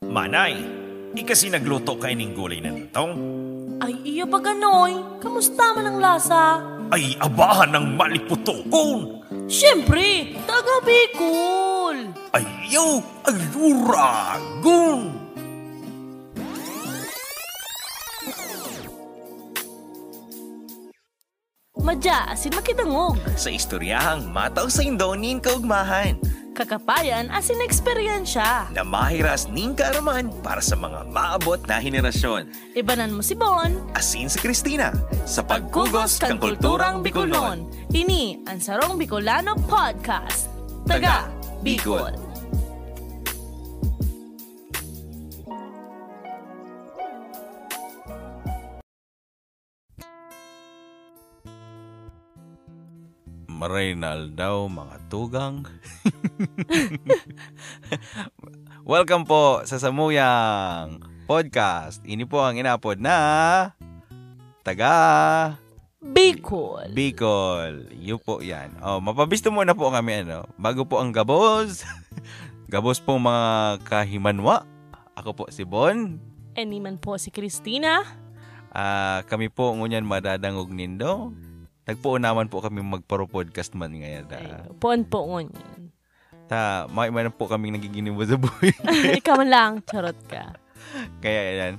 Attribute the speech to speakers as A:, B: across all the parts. A: Manay, ikasi nagluto kay ning gulay ng tong.
B: Ay, iya ba ganoy? Kamusta man ang lasa?
A: Ay abahan ng maliputokon.
B: Siyempre, taga Bicol.
A: Ay yaw, ay uragon.
B: Madya, asin makitangog.
A: Sa istoryahang mataw sa indonin kaugmahan
B: Kakapayan, asin eksperyensya.
A: na mahiras ning karaman para sa mga maabot na henerasyon.
B: Ibanan mo si Bon.
A: Asin si Christina sa
B: Pagkugos kang kulturang Bicolon. Ini, ang Sarong Bicolano Podcast. Taga Bicol.
C: Marinal daw mga tugang. Welcome po sa Samuyang Podcast. Ini po ang inapod na taga
B: Bicol.
C: Bicol. Yun po yan. Oh, mapabisto muna po kami ano, bago po ang gabos. gabos po mga kahimanwa. Ako po si Bon.
B: Eniman po si Christina.
C: Ah, kami po ngunyan madadangog nindo. Nagpuunaman po kami magparo-podcast man ngayon. ah.
B: Ay, pon po ngon.
C: Ta, may man po kaming nagiginim sa buhay.
B: Ikaw man lang, charot ka.
C: Kaya yan.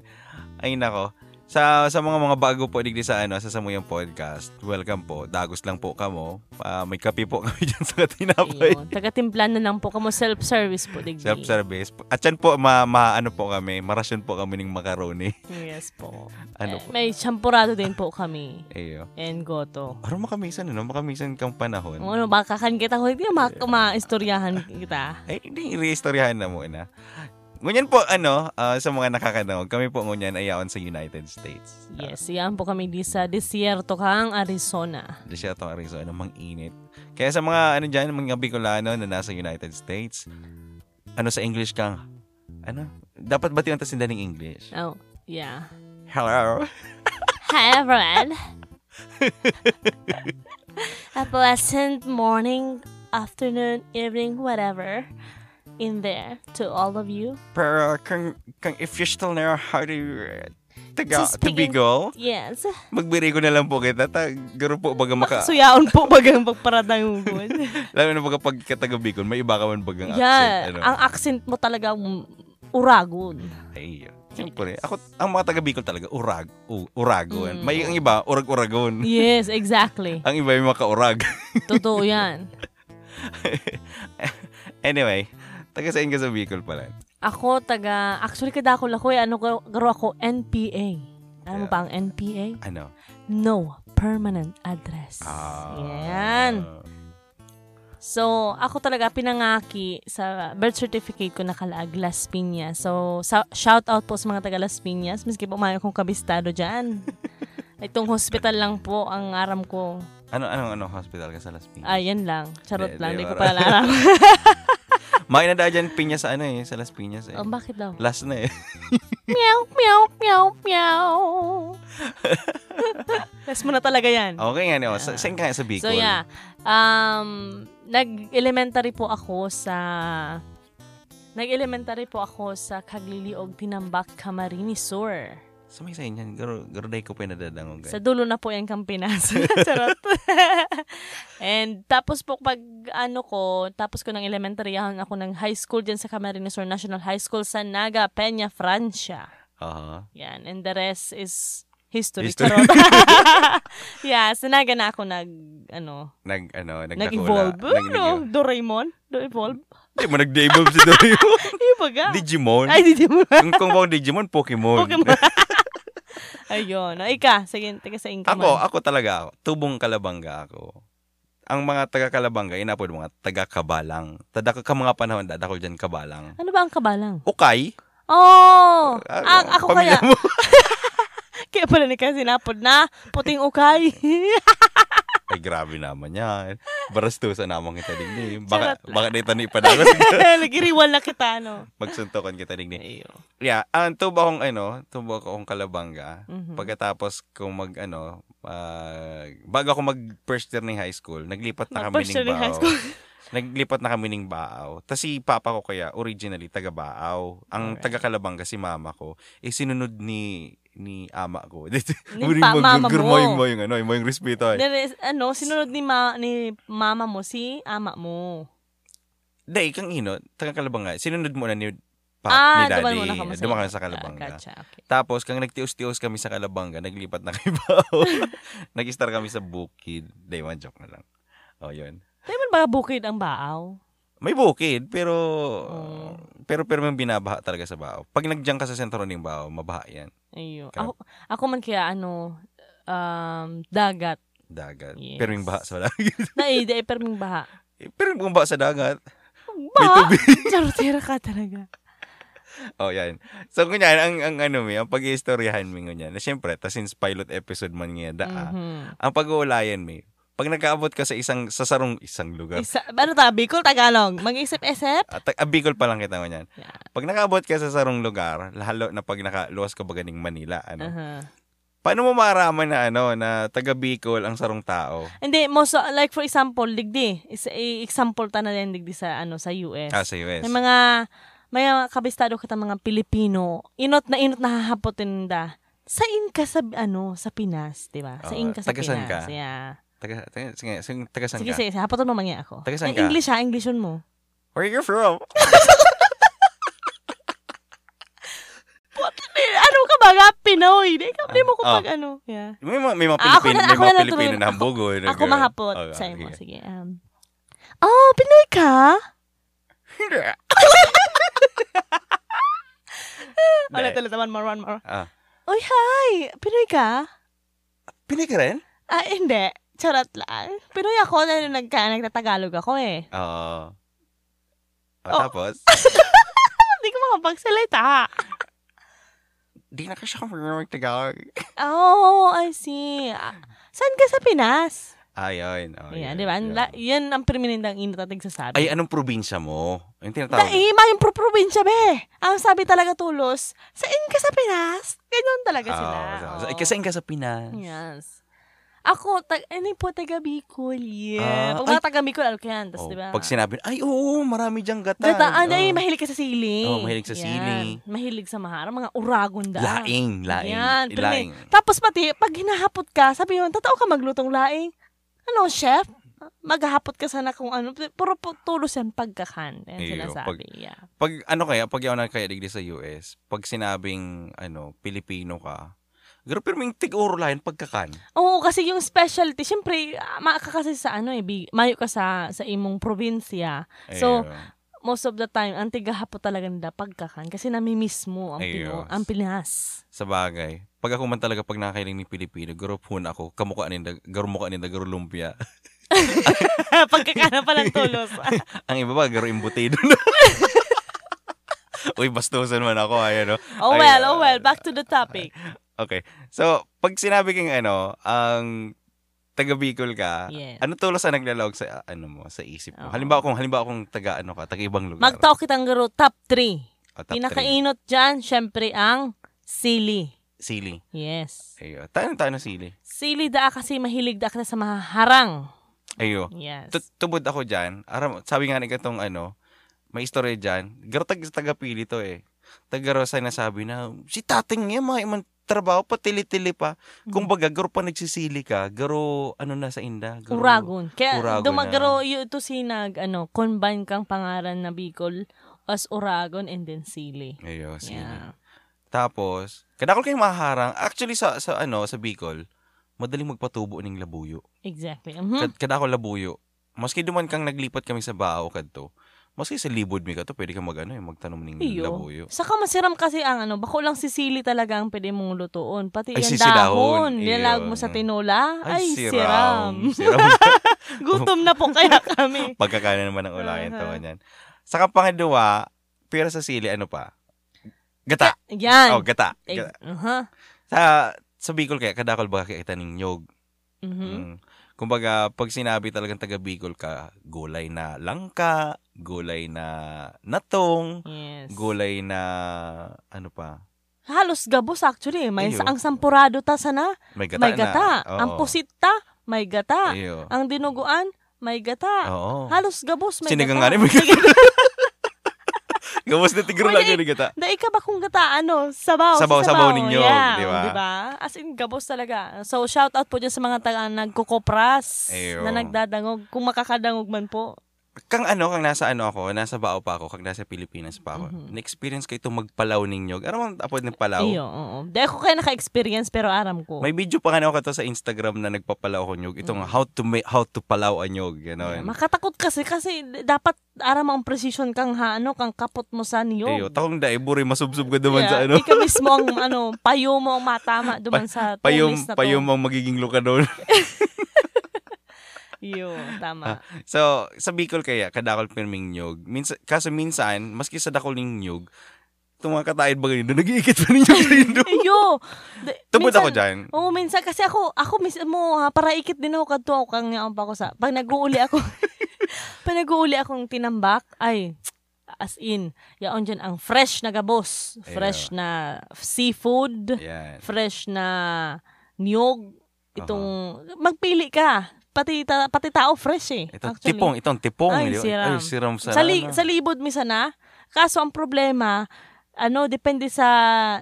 C: Ay nako. Sa sa mga mga bago po digdi sa ano sa Samuyang Podcast. Welcome po. Dagos lang po kamo. Ah, may kape po kami diyan sa tinapay.
B: Ayun, taga-timplan na lang po kamo self-service po, digdi.
C: Self-service. At yan po ma, ma- ano po kami, marasyon po kami ng macaroni.
B: Yes po. Eh,
C: Ano po?
B: May champurado din po kami.
C: Ayo.
B: And goto.
C: Aro makamisan ano, makamisan kang panahon.
B: Kung ano, bakakan kita ko, hindi ma- maistoryahan kita.
C: Ay, hindi, i-restoryahan na muna. Ngunyan po, ano, ah, sa mga nakakadangog, kami po ngunyan ayawan sa United States.
B: Yes, yan po kami di sa desierto kang Arizona.
C: Desierto Arizona, manginit. Kaya sa mga ano diyan, mga Bicolano na nasa United States, ano sa English kang ano? Dapat ba tinantas nila ng English?
B: Oh, yeah.
C: Hello.
B: Hi, everyone. A pleasant morning, afternoon, evening, whatever. In there to all of you.
C: Pero kung, kung if you still know how to uh,
B: So
C: taga, to
B: speaking-
C: Bicol,
B: Yes.
C: magbiri ko na lang po kita. Ta, garo po baga maka,
B: Suyaon po bagang pagparadang ugod.
C: lalo na baga pag kataga Bicol, may iba ka man
B: yeah,
C: bagang
B: Ah.
C: accent. Ano?
B: ang accent mo talaga um, uragon.
C: Ay, yun. Siyempre, ako, ang mga taga Bicol talaga, urag, u, uragon. May ang iba, urag-uragon.
B: Yes, exactly.
C: Ang iba yung makaurag.
B: Totoo yan.
C: anyway, taga saan ka sa Bicol pala?
B: Ako taga, actually kadakol ako eh, ano garo garo ako, NPA. Alam mo
C: Yeah.
B: ba ang NPA?
C: Ano?
B: No Permanent Address.
C: Ah.
B: Yan. So, ako talaga pinangaki sa birth certificate ko nakalaag Las Piñas. So, sa- shout out po sa mga taga Las Piñas. Miski po maayo kong kabistado dyan. Itong hospital lang po ang aram ko.
C: Ano, ano, ano, hospital ka sa Las Piñas?
B: Ayan Ah, lang. Charot
C: Di-
B: lang.
C: di
B: Hindi ko
C: ba?
B: pala alam.
C: May nada dyan pinya sa ano eh, sa Las Piñas eh.
B: Oh, bakit daw?
C: Last na eh.
B: meow, meow, meow, meow. Test mo na talaga yan.
C: Okay nga, no? Sa, saan ka sa
B: Ah.
C: Bicol?
B: so yeah, um, nag-elementary po ako sa... Nag-elementary po ako sa Kagliliog, Tinambak, Camarines Sur.
C: Sa may sa inyan, garo, garo day ko pinadadangong
B: Sa
C: ganyan.
B: dulo na po yan Campinas. Charot. And tapos po pag ano ko, tapos ko ng elementary yan ako ng high school dyan sa Camarines Sur National High School sa Naga, Peña, Francia.
C: Aha.
B: Yan. And the rest is history.
C: History.
B: Charot. yeah, sanaga na ako nag, ano,
C: Nag, ano, nagdakula.
B: nag-evolve. Ano?
C: Nag-
B: Doraemon? Do-evolve?
C: Di mo nag-evolve si Doraemon.
B: Iba ka.
C: Digimon.
B: Ay, di mo.
C: Kung kung bang Digimon, Pokemon.
B: Pokemon. Ayun. O, ika. Sige, taga sa income.
C: Ako, ako talaga ako. Tubong Kalabanga ako. Ang mga taga Kalabanga, inapod mga taga Kabalang. Tada ka mga panahon, dadakol dyan Kabalang.
B: Ano ba ang kabalang?
C: Okay.
B: Oh! Ah,
C: Ah,
B: ako
C: pamilya
B: kaya.
C: mo.
B: Kaya pala ni kasi napod na. Puting ukay.
C: Ay, grabe naman yan. Barastusan naman kita digni. Baka,
B: Charot lang.
C: baka dito ni panahon.
B: Nagiriwal na kita, ano. no?
C: Magsuntukan kita digni.
B: Ayun.
C: Yeah, ang tubo akong ano, tubo akong Kalabanga.
B: Mhm.
C: Pagkatapos kung mag ano, ah, bago ako mag first year ni high school, naglipat na kami
B: Mag-first
C: ng
B: year ni high
C: Bao.
B: school.
C: Naglipat na kami ng Baaw. Tapos si papa ko kaya, originally, taga Baaw. Ang
B: Alright.
C: taga Kalabang kasi mama ko, eh sinunod ni ni ama ko.
B: Ni pa- mama mo.
C: Mo yung, yung, ano, yung, yung respeto. eh.
B: There is, ano, sinunod ni, ma- ni mama mo si ama mo.
C: Dahil kang ino, taga Kalabang nga, sinunod muna ni pa, ni daddy.
B: Ah, dumaan muna ka mo sa
C: Dumaan
B: iba.
C: sa Kalabang.
B: Ah,
C: nga.
B: gotcha, okay.
C: Tapos, kang nagtius-tius kami sa Kalabanga, naglipat na kay Bao. Nag-star kami sa Bukid. Day one, joke na lang. O, yun.
B: Tayo man ba bukid ang baaw?
C: May bukid, pero...
B: Oh.
C: Pero pero may binabaha talaga sa Bao. Pag nagdiyan ka sa sentro ng Bao, mabaha yan.
B: Ayun. Ako,
C: Kap-
B: ako man kaya ano, um, dagat.
C: Dagat.
B: Yes.
C: Pero yung baha sa dagat.
B: Naida, eh, pero may baha.
C: Eh, pero yung baha sa dagat.
B: Baha? Charotera ka talaga.
C: Oh, yan. So, kunyan, ang, ang ano mi, ang pag-iistoryahan mi kunyan. Na, syempre, ta since pilot episode man nga da, ah,
B: Mhm.
C: ang pag-uulayan mi, pag nakaabot ka sa isang, sa sarong isang lugar,
B: Isa, ano ta, Bicol, Tagalog? Mag-isip-isip?
C: At ah, Bicol pa lang kita mo niyan.
B: Yeah.
C: Pag nakaabot ka sa sarong lugar, lalo na pag nakaluwas ka ba ganing Manila, ano?
B: Aha.
C: Paano mo maramdaman na ano na taga Bicol ang sarong tao?
B: Hindi, most, uh, like for example, ligdi. Is, i- example ta na din ligdi sa, ano, sa US.
C: Ah, sa US.
B: May mga, may mga kabistado kita mga Pilipino. Inot na inot na hahapotin da. Sa ka sa, ano, sa Pinas, di ba? Sa
C: Oo.
B: ka sa
C: Taga saan
B: Pinas.
C: ka?
B: Yeah.
C: Taga, taga, sige, sige, taga saan
B: Sige,
C: ka?
B: sige, sige. Hapotin mo mangya ako.
C: Taga saan
B: Ay,
C: ka?
B: English ha, English yun mo.
C: Where you from?
B: ano ka ba nga? Pinoy. Di ka, di mo ko
C: Ah.
B: pag ano. Yeah.
C: May mga, may mga
B: Ah, ako
C: Pilipino,
B: na-
C: may
B: ako
C: mga
B: na lang
C: Pilipino
B: tuloy.
C: na hambugol.
B: Ako mahapot.
C: Okay,
B: Sa'yo mo.
C: sige.
B: Sige. Um, oh, Pinoy ka? Wala
C: Hindi.
B: talaga. One more, one more.
C: Ah.
B: Uy, hi! Pinoy ka?
C: Pinay ka rin?
B: Ah, hindi. Charot lang. Pinoy ako na nagka, nagtatagalog ako eh.
C: Oo. Ah,
B: Oh.
C: Tapos,
B: Hindi ko makapagsalita.
C: di na kasi ako marunong mag-Tagalog.
B: Oh, I see. Ah, Saan ka sa Pinas?
C: Ayun. Oh,
B: Ayan,
C: yun,
B: di ba?
C: yun.
B: La, yun ang permanentang inot at nagsasabi.
C: Ay, anong probinsya mo? Yung tinatawag.
B: Daima yung pro-provincia be. Ang sabi talaga tulos, saan ka sa Pinas? Ganyan talaga sila.
C: Ah, sa-
B: Oo.
C: Kasi ka sa Pinas.
B: Yes. Ako, tag, ano po, taga Bicol, yeah.
C: Ah,
B: pag mga taga Bicol, alko yan, tas,
C: Oh,
B: di ba?
C: Pag sinabi, ay oo, marami diyang gata.
B: Gata, ah, hindi, mahilig ka sa sili.
C: Oh, mahilig sa sili.
B: Yan. Mahilig sa maharang, mga uragon da.
C: Laing, laing.
B: Yan, pero may-
C: laing.
B: Tapos pati, pag hinahapot ka, sabi yun, totoo ka maglutong laing. Ano, chef? Maghahapot ka sana kung ano. Puro po, tulos yan pagkakan. Yan
C: Iyo,
B: sinasabi. yeah.
C: Pag ano kaya, pag yaw na kaya digdi sa US, pag sinabing, ano, Pilipino ka, pero pero may tig-uro lain pagkakan.
B: Oo, kasi yung specialty, syempre, ah, maaka kasi sa ano eh, big- mayo ka sa, sa imong probinsya. So,
C: Ayun.
B: Most of the time, ang tigahapo talaga nila pagkakan kasi namimiss mo ang, Pino,
C: Ayos.
B: ang Pinas.
C: sa bagay. Pag ako man talaga, pag nakakailing ni Pilipino, garupon ako, kamukha ninda, garumuka ninda, garulumpia.
B: Pagkakana pa lang tulos.
C: Ang iba ba, garo imbutido na. Uy, bastusan man ako, ayun, no?
B: oh well, oh well, back to the topic.
C: Okay. So, pag sinabi kang ano, ang taga Bicol ka,
B: Yes.
C: ano tulos ang naglalawag sa uh, ano mo, sa isip mo?
B: Oo.
C: Halimbawa kung halimbawa kung taga ano ka, taga ibang lugar.
B: Magtalk kitang garo, top 3.
C: O, top three.
B: Pinakainot dyan, syempre ang sili.
C: Sili.
B: Yes.
C: Ayo. Tayo tayo ng sili.
B: Sili daa kasi mahilig daa ka sa maharang.
C: Ayo.
B: Yes.
C: Tu- Tubod ako diyan. Aram, sabi nga ni katong ano, may istorya diyan. Garo tag taga pili to eh. Taga Rosa na sabi na si tating niya may man trabaho pa tili-tili pa.
B: Mm-hmm.
C: Kumbaga garo pa nagsisili ka, garo ano na sa inda, garo.
B: Uragon. Kaya
C: Uragon ah.
B: dumagro yu- ito sinag, ano, combine kang pangaran na Bicol as Uragon and then sili.
C: Ayo, sili.
B: Yeah.
C: Tapos, kadakol kay maharang, actually sa sa ano, sa Bicol, madaling magpatubo ning labuyo.
B: Exactly. Mhm.
C: Kad, kadakol labuyo. Maski duman kang naglipat kami sa Bao kadto. Maski sa libod mi kadto, pwede kang magano, eh, magtanom ning
B: Iyo.
C: labuyo.
B: Saka masiram kasi ang ano, bako lang sisili talaga ang pwede mong lutuon. Pati
C: Ay,
B: yan
C: sisidahon.
B: dahon. Nilalag mo sa
C: Iyo.
B: tinola. Ay, siram.
C: Siram.
B: Gutom na po kaya kami.
C: Pagkakanan naman ng ulayan to
B: Aha.
C: ganyan. Saka pangalawa, pero sa sili ano pa? Gata.
B: Yan.
C: Oh, gata.
B: Eh,
C: gata.
B: aha.
C: Sa sa Bicol kaya kadakol ba kaya kita ning nyog?
B: Mhm.
C: Mm. Kumbaga, pag sinabi talagang taga Bicol ka, gulay na langka, gulay na natong,
B: Yes.
C: gulay na ano pa,
B: Halos gabos actually. May
C: Iyo.
B: ang sampurado ta sana.
C: may gata
B: may
C: na.
B: gata.
C: Oo.
B: Ang pusit ta, may gata.
C: Iyo.
B: Ang dinuguan, may gata.
C: Oo.
B: Halos gabos may
C: Sinigang nga
B: gata.
C: rin, may gata. Gawas na tigro lang
B: Pwede-
C: yun yung gata.
B: Na ikaw ba kung gata, ano, sabaw.
C: Sabaw,
B: sa
C: sabaw ninyo,
B: Yeah,
C: di ba?
B: As in, gabos talaga. So, shout out po dyan sa mga taga nagkukopras,
C: Ayo.
B: na nagdadangog, kung makakadangog man po.
C: Kang ano, kang nasa ano ako, nasa Bao pa ako, kag nasa Pilipinas pa ako. Na-experience ko itong magpalaw ninyo. Ano man tapos ng palaw?
B: Iyo, oo. Di ako kayo naka-experience, pero aram ko.
C: May video pa nga ako to sa Instagram na nagpapalaw ko nyog. Itong how to ma- how to palaw ang nyog. Ganon.
B: Makatakot kasi, kasi dapat aram ang precision kang ha, ano, kang kapot mo sa niyo.
C: Ayo, takong dae, buri, masubsob ka duman sa ano.
B: Ikaw mismo ang ano, payo mo ang matama duman sa
C: Payom,
B: tulis na to.
C: payom ang magiging luka doon.
B: Iyo,
C: Ah.
B: tama.
C: so, sa Bicol kaya, kadakol pirming nyog. Minsan, kaso minsan, maski sa dakol ng nyog, itong mga kataid ba ganito, nag-iikit pa ninyo sa indo.
B: Iyo. Di-
C: Tubod
B: minsan-
C: ako dyan.
B: Oo, minsan kasi ako, ako mismo, ha, para ikit din ako kadto ako kang yaon pa ako sa, pag nag-uuli ako, pag nag-uuli akong tinambak, ay, as in, yaon dyan ang fresh na gabos, fresh na seafood,
C: Ayan.
B: fresh na niyog, itong, magpili ka, pati, ta, pati tao fresh eh.
C: Ito,
B: actually.
C: tipong, itong tipong.
B: Ay,
C: di ba?
B: siram.
C: Ay, siram sa,
B: Sa, li-
C: ano.
B: sa libod misa na, kaso ang problema, ano, depende sa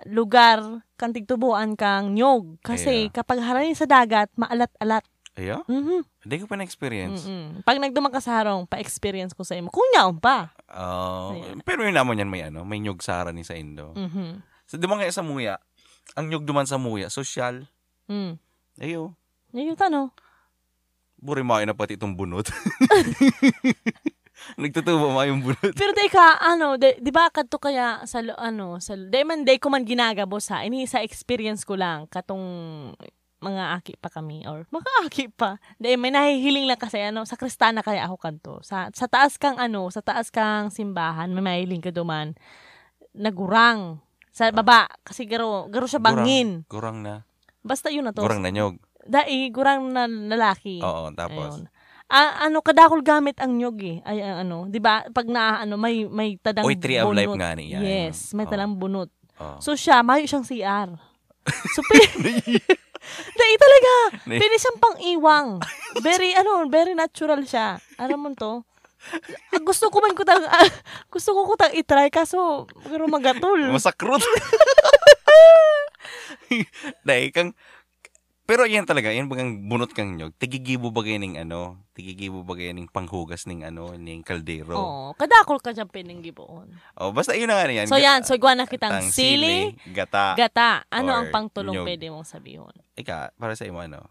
B: lugar kang tigtubuan kang nyog. Kasi
C: Yeah.
B: kapag haranin sa dagat, maalat-alat.
C: Ayo?
B: Mhm.
C: Hindi ko pa na-experience.
B: Mm-mm. Pag nagdumang ka sa harong, pa-experience ko sa imo. Kunyaon pa.
C: Oh,
B: Ayan.
C: pero yun naman yan, may ano, may nyog sa ni sa Indo.
B: Mhm.
C: So, di ba nga sa muya, ang nyog duman sa muya, social.
B: Mm.
C: Ayo,
B: Yun yung tanong.
C: buri makain na pati itong bunot. Nagtutubo ma yung bunot.
B: Pero di ka, ano, di, di ba kadto kaya sa, lo- ano, sa, di man, di ko man ginagabos ha. Ini sa experience ko lang, katong mga aki pa kami or mga aki pa. Di, may nahihiling lang kasi, ano, sa kristana kaya ako kanto. Sa, sa taas kang, ano, sa taas kang simbahan, may mahiling ka duman, nagurang. Sa baba, kasi garo, garo siya bangin.
C: Gurang, gurang na.
B: Basta yun na to.
C: Gurang na nyog.
B: Dai, gurang na lalaki.
C: Oo, tapos.
B: Ayun. Ah, ano kadakol gamit ang nyog eh. Ay ang ano, 'di ba? Pag na ano may may tadang
C: Oy, tree of
B: bunot.
C: life nga Oh. niya.
B: Yes, may
C: Oo.
B: tadang bunot.
C: Oo.
B: So siya, mayo siyang CR. So pi- Dai talaga.
C: Ni-
B: Pili siyang pang-iwang. Very ano, very natural siya. Alam mo to? Ah, gusto ko man kutang ah, gusto ko kutang i-try kaso pero magatol.
C: Masakrot. Dahil kang... Pero yan talaga, yan bagang bunot kang nyog. Tigigibo bagay ning ano, tigigibo bagay ning panghugas ning ano, ning kaldero.
B: Oo, Oh, kadakol ka siyang pininggiboon.
C: Oh, basta yun na nga yan.
B: So
C: Ga-
B: yan, so igwa na kitang
C: tang
B: sili,
C: gata.
B: Gata, ano
C: Or
B: ang pangtulong
C: nyog.
B: pwede mong sabihin?
C: Ika, para sa imo ano.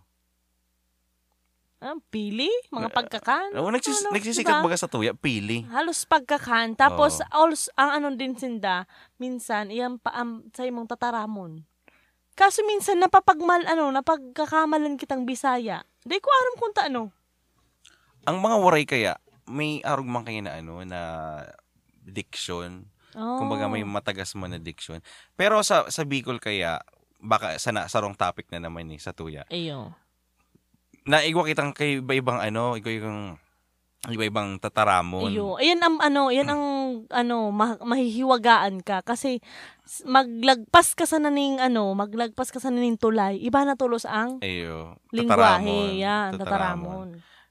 B: Ah, pili? Mga pagkakan?
C: Oh, nagsis-
B: Ano,
C: nagsisikat
B: diba?
C: baga sa tuya, pili.
B: Halos pagkakan. Tapos, also, ang ano din sinda, minsan, iyan pa am, sa imong tataramon. Kaso minsan, napapagmal, ano, napagkakamalan kitang bisaya. Di ko aram kung ta, ano.
C: Ang mga waray kaya, may arog man kayo na ano, na diction.
B: Oh.
C: Kumbaga may matagas man na diction. Pero sa, sa Bicol kaya, baka sa, na, sa wrong topic na naman eh, sa tuya.
B: Ayo.
C: Naigwa kitang kay iba-ibang ano, iba-ibang, iba-ibang tataramon.
B: Iyo. Ayan ang ano, ayan ang ano, ma- mahihiwagaan ka kasi s- maglagpas ka sa naning ano, maglagpas ka sa naning tulay. Iba na tulos ang
C: Ayo, tataramon.
B: lingwahe. Yan, tataramon.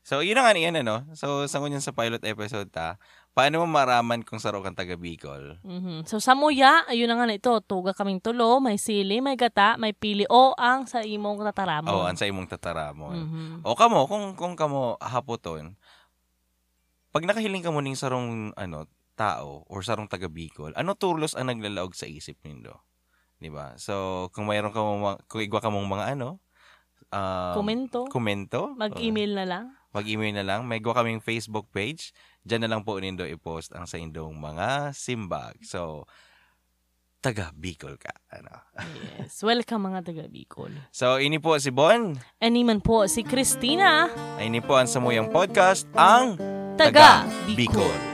C: So, yun na nga yan, ano? So, sangon yun sa pilot episode, ta. Paano mo maraman kung saro kang taga Bicol?
B: Mhm. So sa muya, ayun na nga na ito, tuga kaming tulo, may sili, may gata, may pili o ang sa imong tataramon.
C: O, ansa imong tataramon.
B: Mhm.
C: O, kamo, kung, kung kamo hapoton, pag nakahiling ka mo ning sarong, ano, tao or sarong taga Bicol, ano turlos ang naglalaog sa isip nindo? 'Di ba? So, kung mayroon ka mong, mga- kung igwa ka mong mga ano, um,
B: Komento.
C: komento,
B: Mag-email na lang.
C: mag-email na lang. May gawa kaming Facebook page. Diyan na lang po nindo i-post ang sa indong mga simbag. So, taga Bicol ka. Ano?
B: Yes. Welcome mga taga Bicol.
C: So, ini po si Bon.
B: Animan po si Christina,
C: Ini po ang Samuyang Podcast, ang
B: taga Bicol.
C: Bicol.